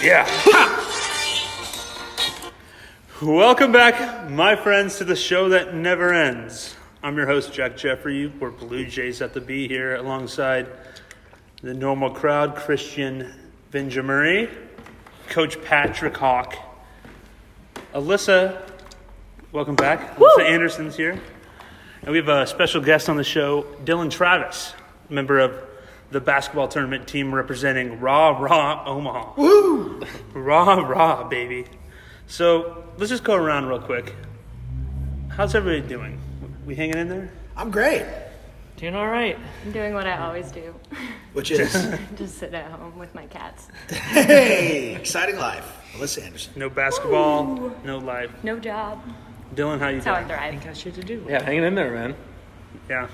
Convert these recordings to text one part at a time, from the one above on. Yeah. Ha! Welcome back, my friends, to the show that never ends. I'm your host, Jack Jeffrey. We're Blue Jays at the B here alongside the normal crowd, Christian Benjamuri, Coach Patrick Hawk, Alyssa, welcome back. Alyssa Anderson's here. And we have a special guest on the show, Dylan Travis, member of the basketball tournament team representing Raw Raw Omaha. Woo! Raw Raw, baby. So let's just go around real quick. How's everybody doing? We hanging in there? I'm great, Doing all right. I'm doing what I always do which is just sit at home with my cats. hey, exciting life. Alyssa Anderson. No basketball, no life. No job. Dylan, how you That's how I doing? thrive. Got shit to do. Yeah, hanging in there, man. Yeah.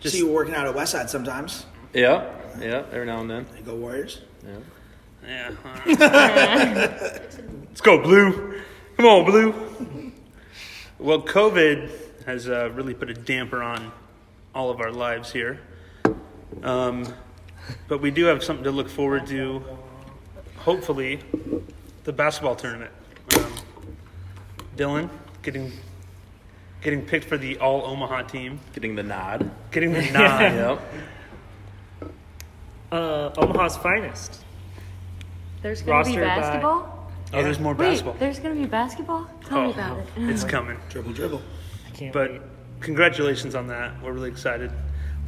Just- See you working out at Westside sometimes. Yeah, yeah. Every now and then. You go Warriors. Yeah. all right. Let's go, Blue. Come on, Blue. Well, COVID has uh, really put a damper on all of our lives here. Um, but we do have something to look forward to, hopefully, the basketball tournament. Um, Dylan getting getting picked for the All Omaha team, Getting the nod. getting the nod. Yep. Uh, Omaha's finest. There's gonna be Rostered by- basketball. Oh, there's more basketball. Wait, there's gonna be basketball. Tell oh, me about it. it's coming. Dribble, dribble. I can't But wait. congratulations on that. We're really excited.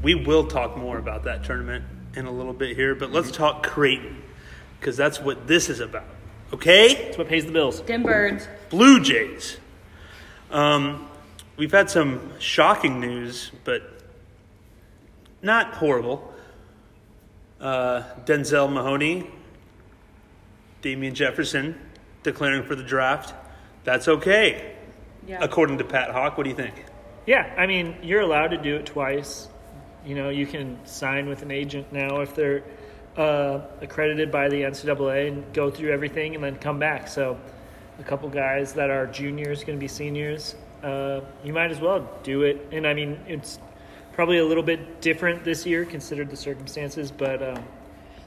We will talk more about that tournament in a little bit here, but let's talk Creighton because that's what this is about. Okay? It's what pays the bills. Dim birds. Blue Jays. Um, we've had some shocking news, but not horrible. Uh, Denzel Mahoney, Damian Jefferson declaring for the draft. That's okay, Yeah. according to Pat Hawk. What do you think? Yeah, I mean, you're allowed to do it twice. You know, you can sign with an agent now if they're uh, accredited by the NCAA and go through everything and then come back. So, a couple guys that are juniors going to be seniors, uh, you might as well do it. And I mean, it's probably a little bit different this year considered the circumstances, but um,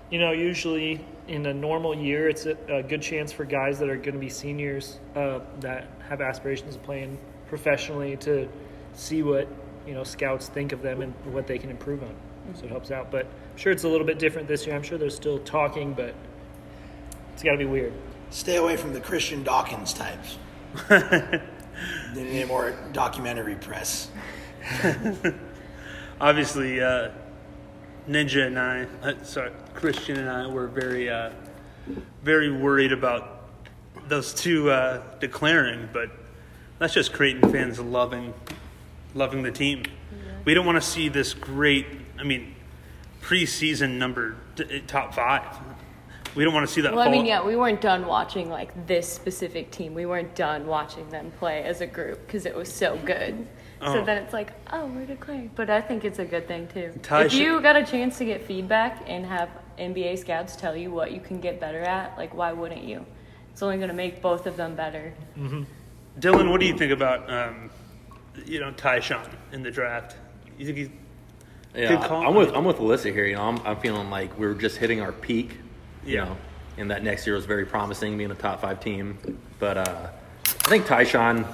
you know, usually in a normal year, it's a, a good chance for guys that are going to be seniors uh, that have aspirations of playing professionally to see what you know scouts think of them and what they can improve on. So it helps out. But I'm sure it's a little bit different this year. I'm sure they're still talking, but it's got to be weird. Stay away from the Christian Dawkins types. they need more documentary press. obviously uh, ninja and i uh, sorry christian and i were very uh, very worried about those two uh, declaring but that's just creighton fans loving loving the team we don't want to see this great i mean preseason number t- eh, top five we don't want to see that Well, I fall- mean, yeah, we weren't done watching like this specific team. We weren't done watching them play as a group because it was so good. Oh. So then it's like, oh, we're declaring. But I think it's a good thing too. Ty if should- you got a chance to get feedback and have NBA scouts tell you what you can get better at, like why wouldn't you? It's only going to make both of them better. dylan what do you think about um, you know Tyshawn in the draft you think he's Yeah. Good call. I'm with I'm with Alyssa here. You know, I'm, I'm feeling like we're just hitting our peak. You Yeah. know, and that next year was very promising, being a top five team. But uh, I think Tyshawn,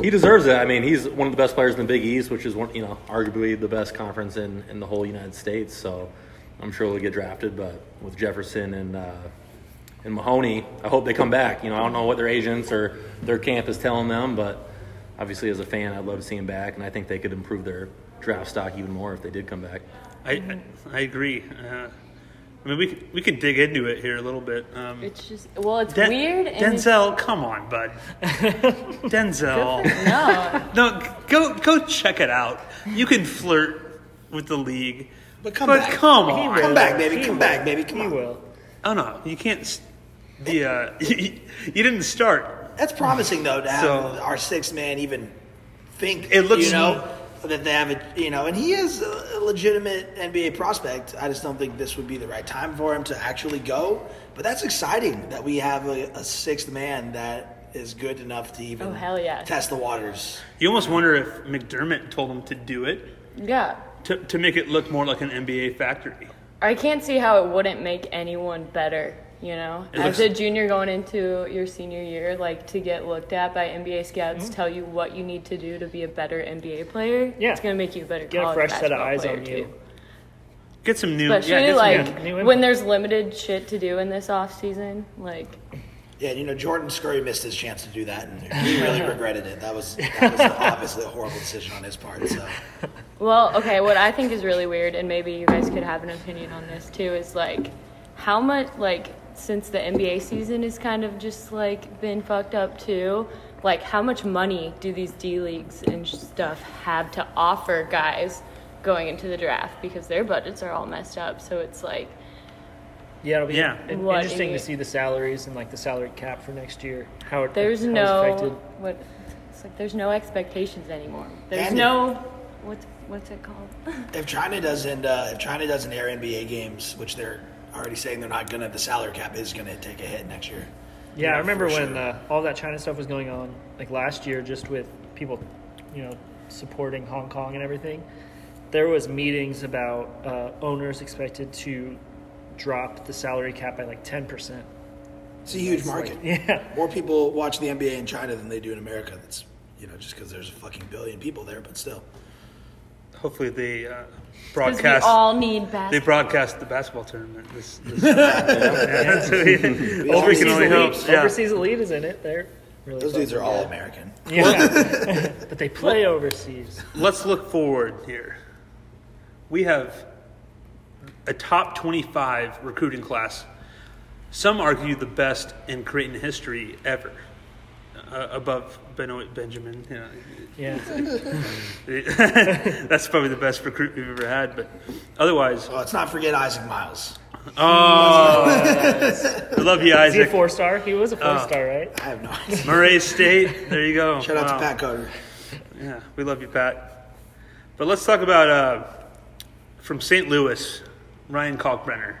he deserves it. I mean, he's one of the best players in the Big East, which is one you know arguably the best conference in in the whole United States. So I'm sure he'll get drafted. But with Jefferson and uh, and Mahoney, I hope they come back. You know, I don't know what their agents or their camp is telling them, but obviously as a fan, I'd love to see him back, and I think they could improve their draft stock even more if they did come back. I I, I agree. Uh, I mean, we could- we could dig into it here a little bit. Um, It's just well, it's Den- weird. And it's- Denzel, come on, bud. Denzel, no, no, g- go go check it out. You can flirt with the league, But come but back. come He on. will. Come back, baby. He Come will. back, baby. Come He on. will. Oh no, you can't. s the uh, you didn't start. That's promising though to have So- our sixth man even think. It looks- you know that they have a you know, and he is a legitimate NBA prospect. I just don't think this would be the right time for him to actually go. But that's exciting that we have a, a sixth man that is good enough to even Oh, hell yeah. test the waters. You almost wonder if McDermott told him to do it yeah. to to make it look more like an NBA factory. or I can't see how it wouldn't make anyone better. You know, It as looks- a junior going into your senior year, like to get looked at by NBA scouts, tell you what you need to do to be a better NBA player. Mm-hmm. Yeah. it's gonna make you a better Get a college fresh set of basketball eyes player, on too. you. Get some new. yeah, Especially get some like new input. when there's limited shit to do in this off season, like Yeah, you know Jordan Scurry missed his chance to do that, and he really regretted it. That was that was obviously a horrible decision on his part. So Well, okay, what I think is really weird, and maybe you guys could have an opinion on this too, is like how much, like, since the NBA season is kind of just like been fucked up too, like, how much money do these D leagues and stuff have to offer guys going into the draft because their budgets are all messed up? So it's like, Yeah, it'll be Yeah. in- What interesting to idiot. see the salaries and like the salary cap for next year. How it there's how it's affected. no, what, it's like, there's no expectations anymore. There's And- no, what's, what's it called? if China doesn't uh, if China doesn't air NBA games, which they're already saying they're not gonna, the salary cap is gonna take a hit next year. Yeah, I remember for when sure. uh, all that China stuff was going on, like last year, just with people, you know, supporting Hong Kong and everything. There was meetings about uh, owners expected to drop the salary cap by like ten percent. It's a huge market. Yeah, More people watch the NBA in China than they do in America. That's you know just because there's a fucking billion people there, but still. Hopefully they uh, Because we broadcast. all need They basketball. broadcast the basketball tournament. This, this yeah, so we, hope we overseas can only hope. elite, Yeah. overseas elite is in it. They're really Those dudes fucking are all good. American. Yeah, but they play overseas. Let's look forward here. We have a top 25 recruiting class. Some argue the best in Creighton history ever, uh, above Benoit Benjamin. You know, Yeah, That's probably the best recruit we've ever had. But otherwise, Well, let's not forget Isaac Miles. I love you, is he a Isaac. four star? He was a four star, right? I have no idea. Murray State. There you go. Shout out Wow. to Pat Coder. Yeah, we love you, Pat. But let's talk about uh, from St. Louis, Ryan Kalkbrenner.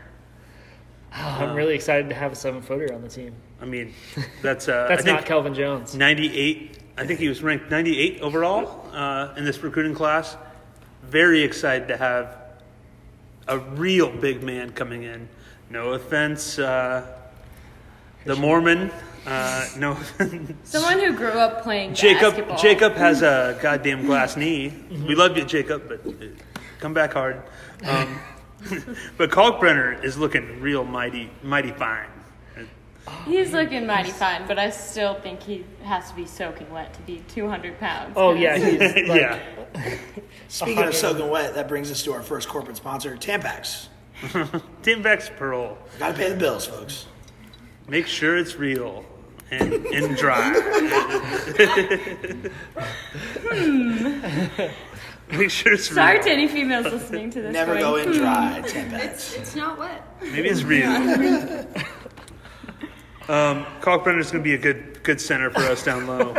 I'm really excited to have a seven footer on the team. I mean, that's uh, That's I think not Kelvin Jones. 98. I think he was ranked 98 overall uh, in this recruiting class. Very excited to have a real big man coming in. No offense, uh, the Mormon. Uh, no offense. Someone who grew up playing Jacob basketball. Jacob has a goddamn glass knee. We love you, Jacob, but uh, come back hard. Um, but Kalkbrenner is looking real mighty, mighty fine. He's looking mighty fine, but I still think he has to be soaking wet to be 200 pounds. Oh yeah, he's like, yeah, Speaking of soaking wet, that brings us to our first corporate sponsor, Tampax. Tim Beck's parole. Gotta pay the bills, folks. Make sure it's real and and dry. Make sure it's real. Sorry to any females listening to this. Never going, go in "Hmm, dry, Tampax. It's not wet. Maybe it's real. Um, Kalkbrenner's going to be a good good center for us down low.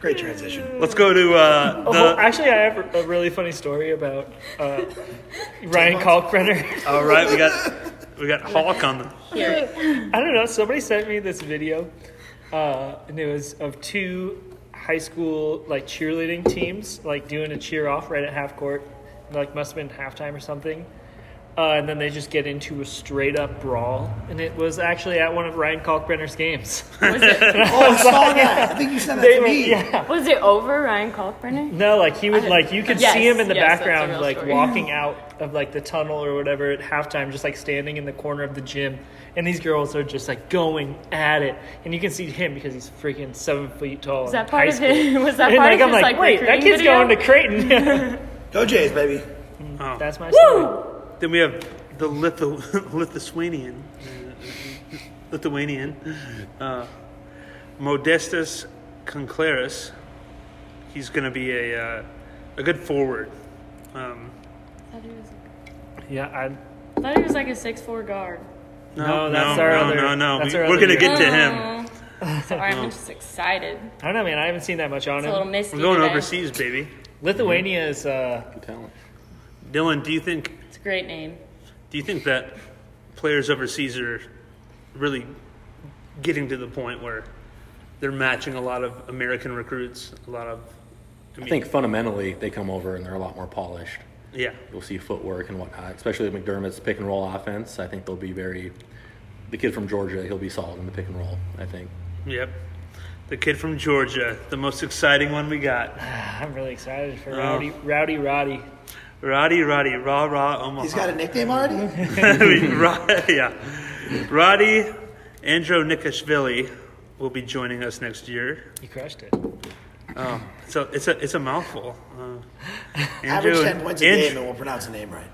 Great transition. Let's go to uh, the. Oh, actually, I have a really funny story about uh, Ryan Kalkbrenner. All right, we got we got Hawk on the I don't know. Somebody sent me this video, uh, and it was of two high school like cheerleading teams like doing a cheer off right at half court, like must have been halftime or something, uh, and then they just get into a straight up brawl, and it was actually at one of Ryan Kalkbrenner's games. Was it, Oh, I saw that. I think you sent that They to were- me. yeah. was it over Ryan Kalkbrenner? No, like he would I- like you could Yes, see him in the yes, that's a background, real like story. walking out of like the tunnel or whatever at halftime, just like standing in the corner of the gym, and these girls are just like going at it, and you can see him because he's freaking seven feet tall. Was and that high part of school. his? Was that And part like of I'm his like, like wait, that recruiting kid's video? going to Creighton. Go Jays, baby. That's my story. Then we have the Lithu- Lithuanian, uh, Lithuanian, uh, Modestus Conclaris. He's going to be a uh, a good forward. Um, Thought he was- Yeah, I, Thought he was like a 6'4 guard. No, that's our no, other- no, no. that's we, our we're other going to year. get to him. Oh. Sorry, I'm just excited. I don't know, man. I haven't seen that much on It's a little him. misty. We're going today. overseas, baby. Lithuania is uh, Talent. Dylan, do you think It's a great name. do you think that players overseas are really getting to the point where they're matching a lot of American recruits? A lot of I think fundamentally they come over and they're a lot more polished. Yeah. You'll see footwork and whatnot, especially with McDermott's pick and roll offense. I think they'll be very. The kid from Georgia, he'll be solid in the pick and roll. I think. Yep. The kid from Georgia, the most exciting one we got. I'm really excited Oh. for Rowdy, Rowdy Roddy. Roddy, Roddy, rah, rah, Omaha. He's got a nickname already? Ro- yeah. Roddy Andro Nikashvili will be joining us next year. He crushed it. Oh, so it's a it's a mouthful. Uh, Average Andrew- 10 points a Andrew- game, and we'll pronounce the name right.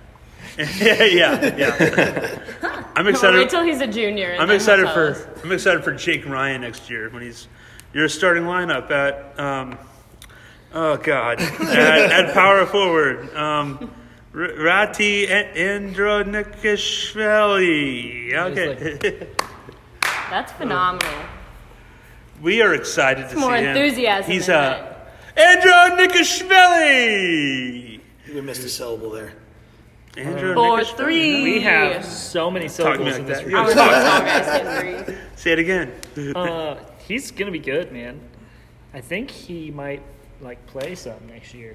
yeah, yeah, yeah. I'm Well, wait excited. till he's a junior. and I'm then he'll excited tell us. for I'm excited for Jake Ryan next year when he's your starting lineup at um, oh god at, at power forward um, R- Rati Andro Nikashvili. Okay, That's phenomenal. we are excited to It's more see him. enthusiasm He's than uh, Andro Nikashvili. You missed a syllable there. Andro Four, Nikashvili. three. We have so many Talking syllables in like this that. room. Our songwriting degree. Say it again. Oh. Uh, he's gonna be good, man. I think he might like play some next year.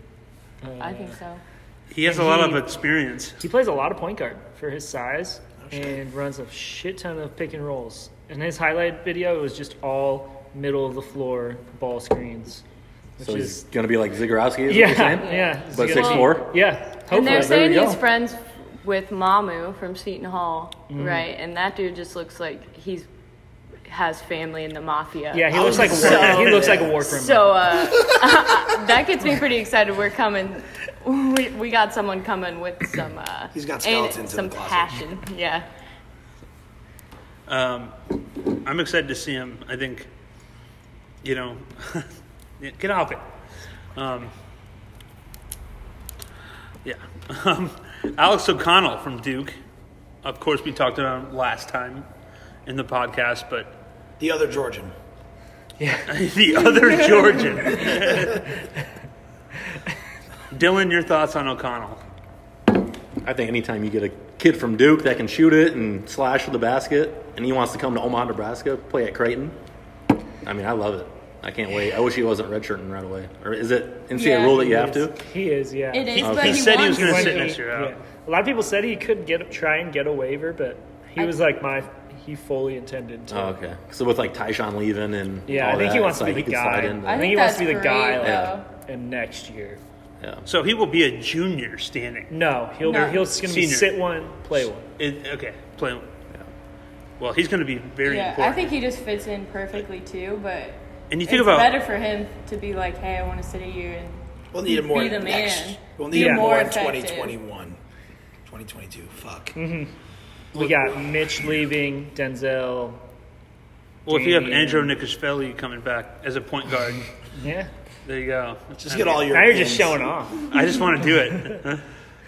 I think so. He has a lot of he- experience. He plays a lot of point guard for his size Oh, and runs a shit ton of pick and rolls. And his highlight video was just all middle of the floor ball screens, which So he's is gonna be like Zagorowski, is yeah, what you're saying? yeah. He's But gonna six be- four. Yeah, hopefully. And they're there saying we he's go. friends with Mamu from Seton Hall, Mm-hmm. right? And that dude just looks like he's has family in the mafia. yeah, he I looks was like a war, Oh, so- he looks like a war criminal. So uh, that gets me pretty excited. We're coming. We, we got someone coming with some. Uh, He's got and skeletons in Some the closet. passion. Yeah. Um, I'm excited to see him. I think, you know, yeah, get off it. Um, yeah. Um, Alex O'Connell from Duke. Of course, we talked about him last time in the podcast, but The other Georgian. the other Georgian. Dylan, your thoughts on O'Connell? I think anytime you get a kid from Duke that can shoot it and slash for the basket, and he wants to come to Omaha, Nebraska, play at Creighton. I mean, I love it. I can't wait. I wish he wasn't redshirting right away. Or is it NCAA Yeah. rule that you have to? he is, yeah. It is, Okay. but He he, said he was wants gonna it. When sit he- next year, yeah. A lot of people said he could get try and get a waiver, but he was like my he fully intended to. Oh, okay. So with like Tyshawn leaving and yeah, all I think that, he wants it's to be like the he could slide guy. into I I that. think he think wants to be that's the great, guy though. like, in next year. Yeah. So he will be a junior standing. No, he'll No. be he'll just gonna be Senior. sit one, play one. It, okay, play. Well, he's going to be very Yeah, important. I think he just fits in perfectly too. But and you think it's about better for him to be like, hey, I want to sit at you and We'll need him more Be the next. man. We'll need Be him more more in effective. 2021. 2022. Fuck. Mm-hmm. We got Mitch leaving, Denzel. well, if you have Damian. Andrew Nikashvili coming back as a point guard, Yeah, there you go. Just get all your. now you're just pins. showing off. I just want to do it.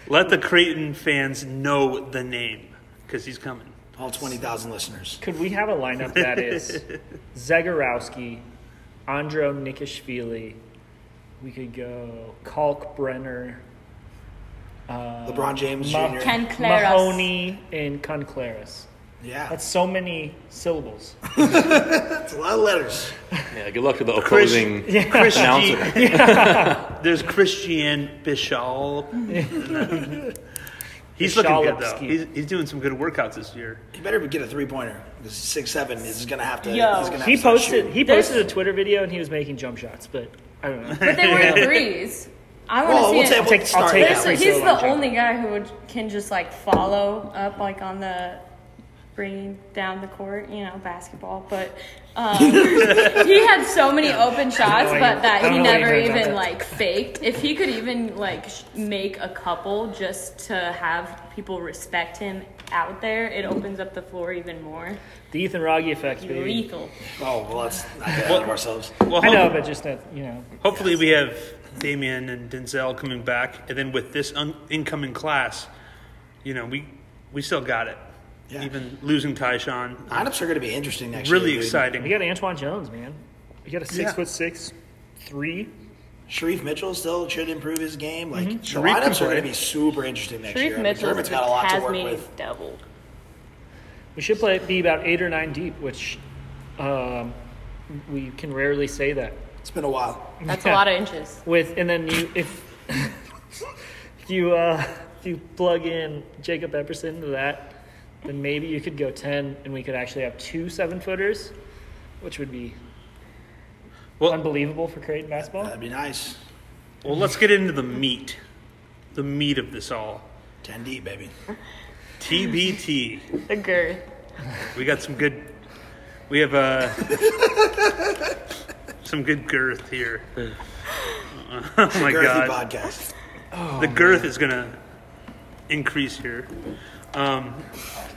Let the Creighton fans know the name because he's coming. all 20,000 listeners. Could we have a lineup that is Zagorowski, Andro Nikishvili? We could go Kalkbrenner, LeBron James Ma- Jr. Ken Claros. Mahoney, and Conclaris. Yeah, That's that's, so many syllables. a lot of letters. yeah. Good luck to the Chris- opposing Chris G- announcer. There's Christian Bishal. he's looking good though. Bishalowski. He's, he's doing some good workouts this year. He better get a three pointer because six seven is gonna have to. Yo. he's gonna have He to start posted shooting. he posted a Twitter video and he was making jump shots, but I don't know. But they weren't threes. I want to Well, see we'll it. take, take- we'll I'll start take it out. it. So free he's throw line the only guy who would, can just like follow up like on the bringing down the court, you know, basketball. But um, he had so many open shots, know but what that he you- I don't know what never you meant by even that. like faked. If he could even like sh- make a couple just to have people respect him out there, it opens up the floor even more. the Ethan Rogge effect, baby. Lethal. Oh well, let's not get ahead of ourselves. Well, I know, hope- but just that you know. hopefully we have Damian and Denzel coming back, and then with this un- incoming class, you know we we still got it. Yeah. Even losing Tyshawn, Lineups are gonna be interesting next really year. dude. We exciting. got Antoine Jones, man. We got a six Yeah. foot six, three. Sharif Mitchell still should improve his game. Like the Mm-hmm. Sharif can lineups are play. gonna be super interesting next Sharif year. Mitchell has is the got a lot to work Tasmanian with. devil. We should play be about eight or nine deep, which um, we can rarely say that. It's been a while. That's Yeah. a lot of inches. With and then you if if you uh, if you plug in Jacob Epperson into that, then maybe you could go ten, and we could actually have two seven footers, which would be Well- unbelievable for Creighton basketball. That'd be nice. Well, let's get into the meat, the meat of this all. Ten D, baby. TBT. The girth. We got some good. We have uh, some good girth here. oh my Girthy god, podcast. the girth is gonna increase here. Um,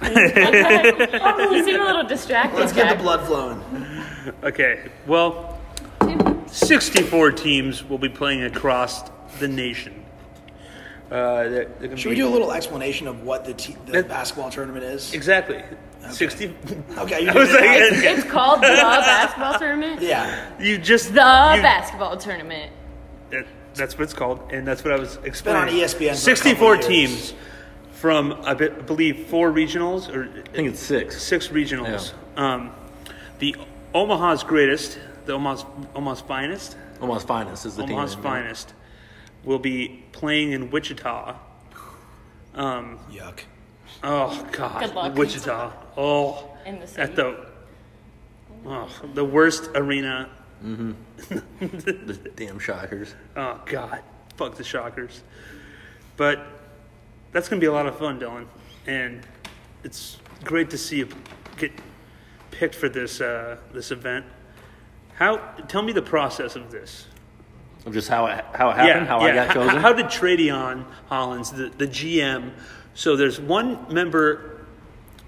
You seem Oh, a little distracted. Let's get Jack. the blood flowing. okay, well, sixty-four teams will be playing across the nation. Uh, they're, they're gonna Should we be- do a little explanation of what the, t- the That- basketball tournament is? exactly sixty? Okay, you I was did it. like, It's called the basketball tournament. yeah, you just The you- basketball tournament. That, that's what it's called, and that's what I was been on explaining. E ESPN for a Sixty-four couple of years. teams from I be- believe four regionals or I think it's six. six regionals. Um, the Omaha's greatest, the Omaha's Omaha's finest, Omaha's finest is the team. Omaha's name, right? finest, will be playing in Wichita. yuck. Oh God, Good luck. Wichita! Oh, In the city. at the oh, the worst arena. The damn Shockers. Oh God, fuck the Shockers! But that's gonna be a lot of fun, Dylan, and it's great to see you get picked for this uh, this event. How? Tell me the process of this. Of just how it how it happened, how I got H- chosen. How, did Tradion Hollins, the, the GM, so there's one member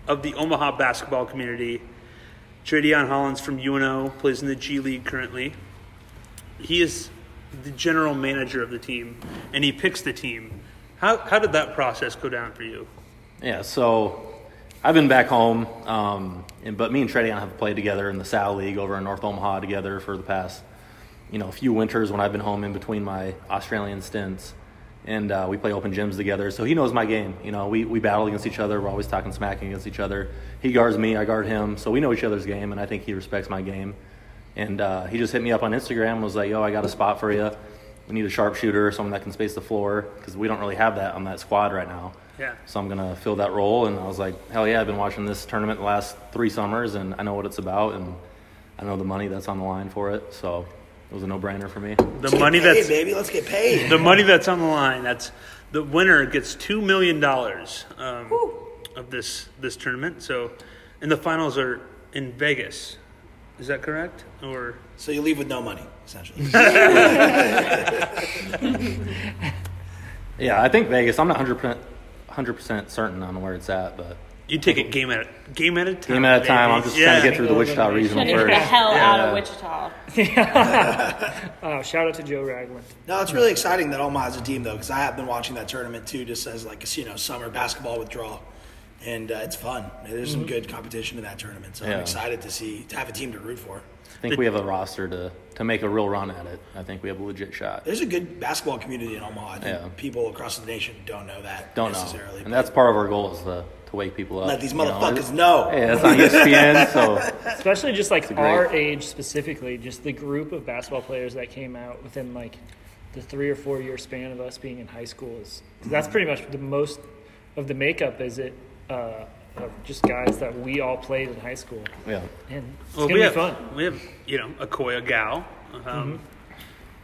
of the Omaha basketball community, Tradion Hollins from UNO, plays in the G League currently. He is the general manager of the team, and he picks the team. How, how did that process go down for you? Yeah, so I've been back home, um, and but me and Trey have played together in the Sal League over in North Omaha together for the past, you know, few winters when I've been home in between my Australian stints, and uh, we play open gyms together. So he knows my game. You know, we we battle against each other. We're always talking smack against each other. He guards me, I guard him. So we know each other's game, and I think he respects my game. And uh, he just hit me up on Instagram and was like, "Yo, I got a spot for you. We need a sharpshooter, someone that can space the floor, because we don't really have that on that squad right now." Yeah. So I'm gonna fill that role, and I was like, hell yeah! I've been watching this tournament the last three summers, and I know what it's about, and I know the money that's on the line for it. So it was a no-brainer for me. The money Hey, that's baby, let's get paid. the money that's on the line. That's the winner gets two million dollars um, of this this tournament. So, and the finals are in Vegas. Is that correct? Or So you leave with no money, essentially. Yeah, I think Vegas. I'm not 100 percent certain on where it's at, but you take it game at a game at a time. game at a time. I'm baby. just Yeah. trying to get through the Wichita regional Trying to get first. the hell out Yeah. of Wichita. Oh, shout out to Joe Ragland. No, it's really exciting that Omaha's a team though, because I have been watching that tournament too, just as like you know summer basketball withdrawal, and uh, it's fun. There's some good competition in that tournament, so I'm Mm-hmm. Yeah. excited to see to have a team to root for. I think we have a roster to to make a real run at it. I think we have a legit shot. There's a good basketball community in Omaha. I think Yeah. people across the nation don't know that Don't know, necessarily. and that's part of our goal is to to wake people up. Let these you know. motherfuckers know. Hey, that's on E ESPN, so Especially just like great- our age specifically, just the group of basketball players that came out within like the three or four year span of us being in high school is 'cause that's pretty much the most of the makeup is it uh, of just guys that we all played in high school, yeah. and it's Well, gonna we be have fun. Mm-hmm. we have you know Akoya Gao, um,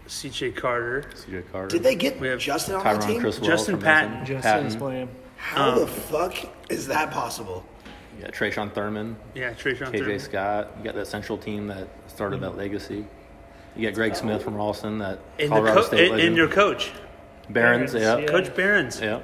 CJ Carter, CJ Carter. Did they get We have Justin on the Tyron team? Chris Um, Wall Justin from Patton. Mason. Justin's playing. How the fuck is that possible? Yeah, Trayshawn Thurman, yeah, Trayshawn KJ Thurman. Scott. You got that central team that started Mm-hmm. that legacy. You got Greg Smith from Ralston, that and, the Colorado co- State and, legend. and your coach, Barons, Barons, yeah. yeah. Coach Barons. yeah.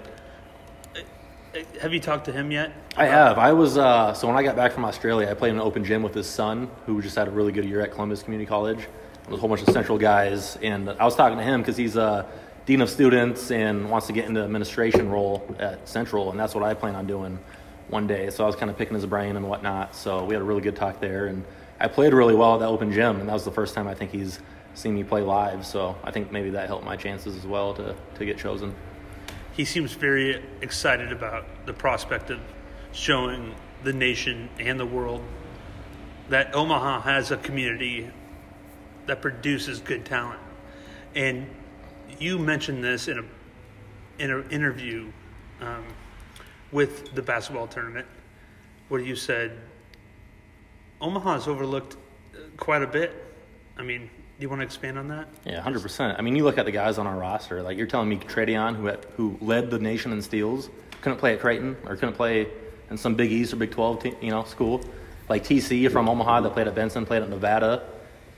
Have you talked to him yet? I have. I was uh, so when I got back from Australia, I played in an open gym with his son, who just had a really good year at Columbus Community College. There was a whole bunch of Central guys, and I was talking to him because he's a dean of students and wants to get into administration role at Central, and that's what I plan on doing one day. So I was kind of picking his brain and whatnot. So we had a really good talk there, and I played really well at that open gym, and that was the first time I think he's seen me play live. So I think maybe that helped my chances as well to to get chosen. he seems very excited about the prospect of showing the nation and the world that Omaha has a community that produces good talent. And you mentioned this in a inter- interview um, with the basketball tournament where you said Omaha's overlooked uh, quite a bit. I mean, do you want to expand on that? Yeah, hundred percent. I mean, you look at the guys on our roster. Like you're telling me, Tradion, who had, who led the nation in steals, couldn't play at Creighton or couldn't play in some Big East or Big Twelve, te- you know, school. Like TC from Omaha that played at Benson, played at Nevada,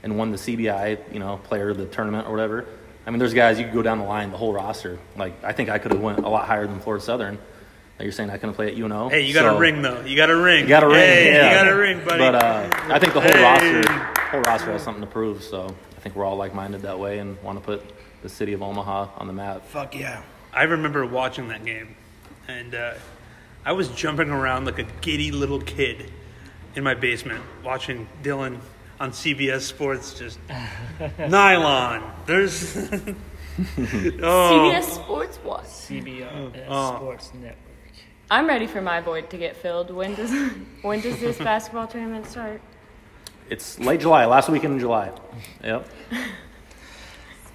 and won the CBI, you know, player of the tournament or whatever. I mean, there's guys you could go down the line, the whole roster. Like I think I could have went a lot higher than Florida Southern. Like you're saying, I couldn't play at UNO. Hey, you got So- a ring though. You got a ring. you got a ring. Hey, yeah. You got a ring, buddy. But uh, I think the whole Hey. roster, whole roster has something to prove. So I think we're all like-minded that way and want to put the city of Omaha on the map. Fuck yeah. I remember watching that game, and uh, I was jumping around like a giddy little kid in my basement watching Dylan on CBS Sports just nylon. There's oh CBS Sports Watch. CBS Oh. Sports Network. I'm ready for my void to get filled. When does when does this basketball tournament start? It's late July, last weekend in July. Yep.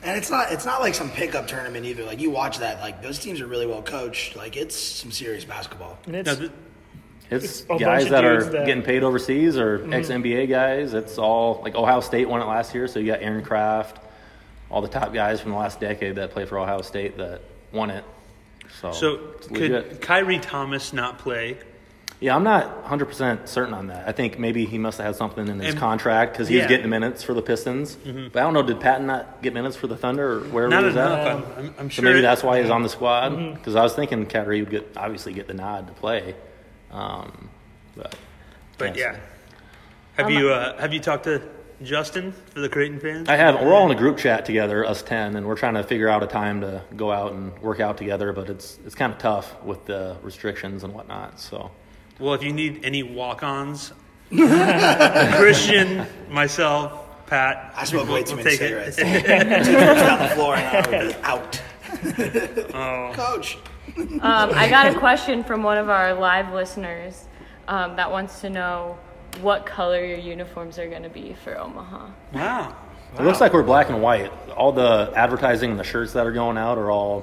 And it's not it's not like some pickup tournament either. Like you watch that, like those teams are really well coached. Like it's some serious basketball. And it's, no, th- It's bunch guys of that are dudes that- getting paid overseas or Mm-hmm. ex NBA guys. It's all like Ohio State won it last year, so you got Aaron Kraft, all the top guys from the last decade that play for Ohio State that won it. So, so it's legit. could Kyrie Thomas not play? Yeah, I'm not 100% certain on that. I think maybe he must have had something in his And- contract because he yeah. Mm-hmm. was getting minutes for the Pistons. But I don't know, did Patton not get minutes for the Thunder or wherever Not he was enough. at? I'm, I'm, I'm So sure. maybe it- Mm-hmm. that's why he's on the squad because I was thinking Kyrie would get obviously get the nod to play. Um, but But Yes. yeah, have you uh, have you talked to Justin for the Creighton fans? I have. We're all in a group chat together, us ten, and we're trying to figure out a time to go out and work out together. But it's it's kind of tough with the restrictions and whatnot. So Well, if you need any walk-ons, Christian, myself, Pat, I smoke way too we'll many take it. cigarettes. Two trips down the floor and I would be out. Coach. Um, I got a question from one of our live listeners um, that wants to know what color your uniforms are going to be for Omaha. Wow. It looks like we're black and white. All the advertising and the shirts that are going out are all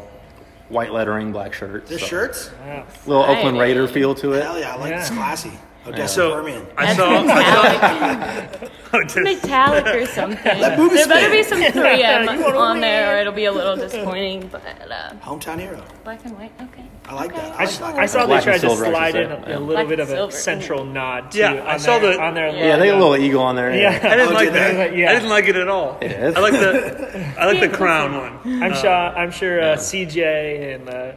white lettering, black shirts. Their so. shirts? wow. Little Right. Oakland Raider feel to it. Hell yeah, I like this Yeah. classy. Odessa So Permian. I That's saw. metallic, I saw metallic or something. boob There better be is some 3M You wanna on there, or win. it'll be a little disappointing. But uh, Hometown hero. black and white, okay. I like that. I, I like s- that. I saw Black they and tried to silver, I should slide say. in Yeah. a, a Black little bit and of a silver. central nod. To, Yeah, I on saw their, the- on their Yeah. Yeah, they got a logo. little eagle on there. Yeah. I didn't Oh, like did that. they? Yeah. I didn't like it at all. Yes. I like the I like the crown one. I'm sure. I'm sure uh, CJ and uh,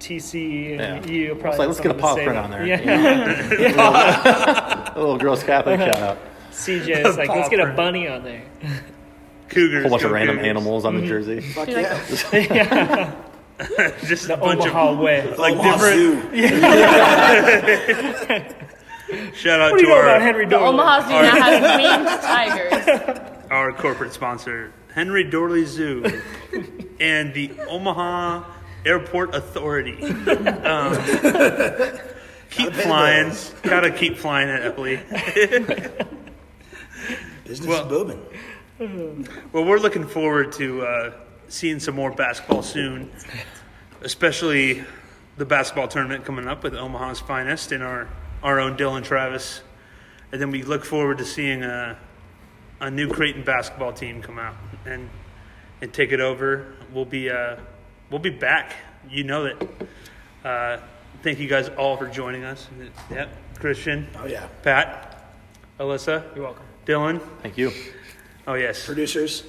t- TC and Yeah. you It's probably. like, let's get a something to paw say print that. on there. Yeah. you know? a little gross Catholic shout out. CJ is like, Paw let's get a print. bunny on there. Cougars. A whole bunch of go random Cougars. animals on the jersey. Fuck She like yeah. Just a The bunch Omaha of way. like Omaha different. Zoo. Shout out What do to you know about our, Henry The Dorley? Omaha's do not have mean tigers. our corporate sponsor, Henry Dorley Zoo, and the Omaha Airport Authority. Um, keep pay the flying. bills. Gotta keep flying at Epley. Business Well- is booming. Well, we're looking forward to uh, seeing some more basketball soon, especially the basketball tournament coming up with Omaha's finest and our, our own Dylan Travis. And then we look forward to seeing a, a new Creighton basketball team come out and and take it over. We'll be uh, we'll be back. You know it. Uh, thank you guys all for joining us. Yep, Christian, Oh yeah. Pat, Alyssa, You're welcome. Dylan. Thank you. Oh yes, Producers.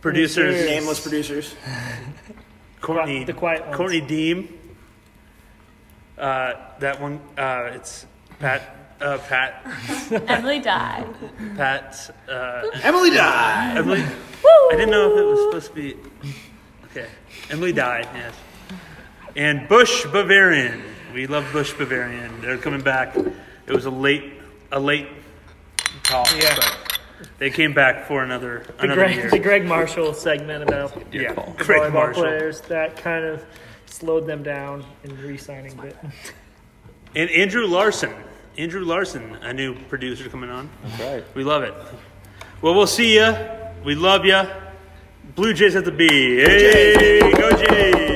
producers. Nameless producers. Courtney, The quiet ones. Courtney Deem. Uh, that one, uh, it's Pat, uh, Pat, Emily died. Pat, uh, Emily died. Emily. I didn't know if it was supposed to be. Okay, Emily died. Yes, and Bush Bavarian. We love Bush Bavarian. They're coming back. It was a late, a late call. Yeah. but they came back for another The another Greg, year. the Greg Marshall segment about yeah, volleyball Greg Marshall. players that kind of slowed them down in re-signing. But And Andrew Larson. Andrew Larson, a new producer coming on. That's right. We love it. Well, we'll see ya. We love ya. Blue Jays at the B. Hey, go Jays!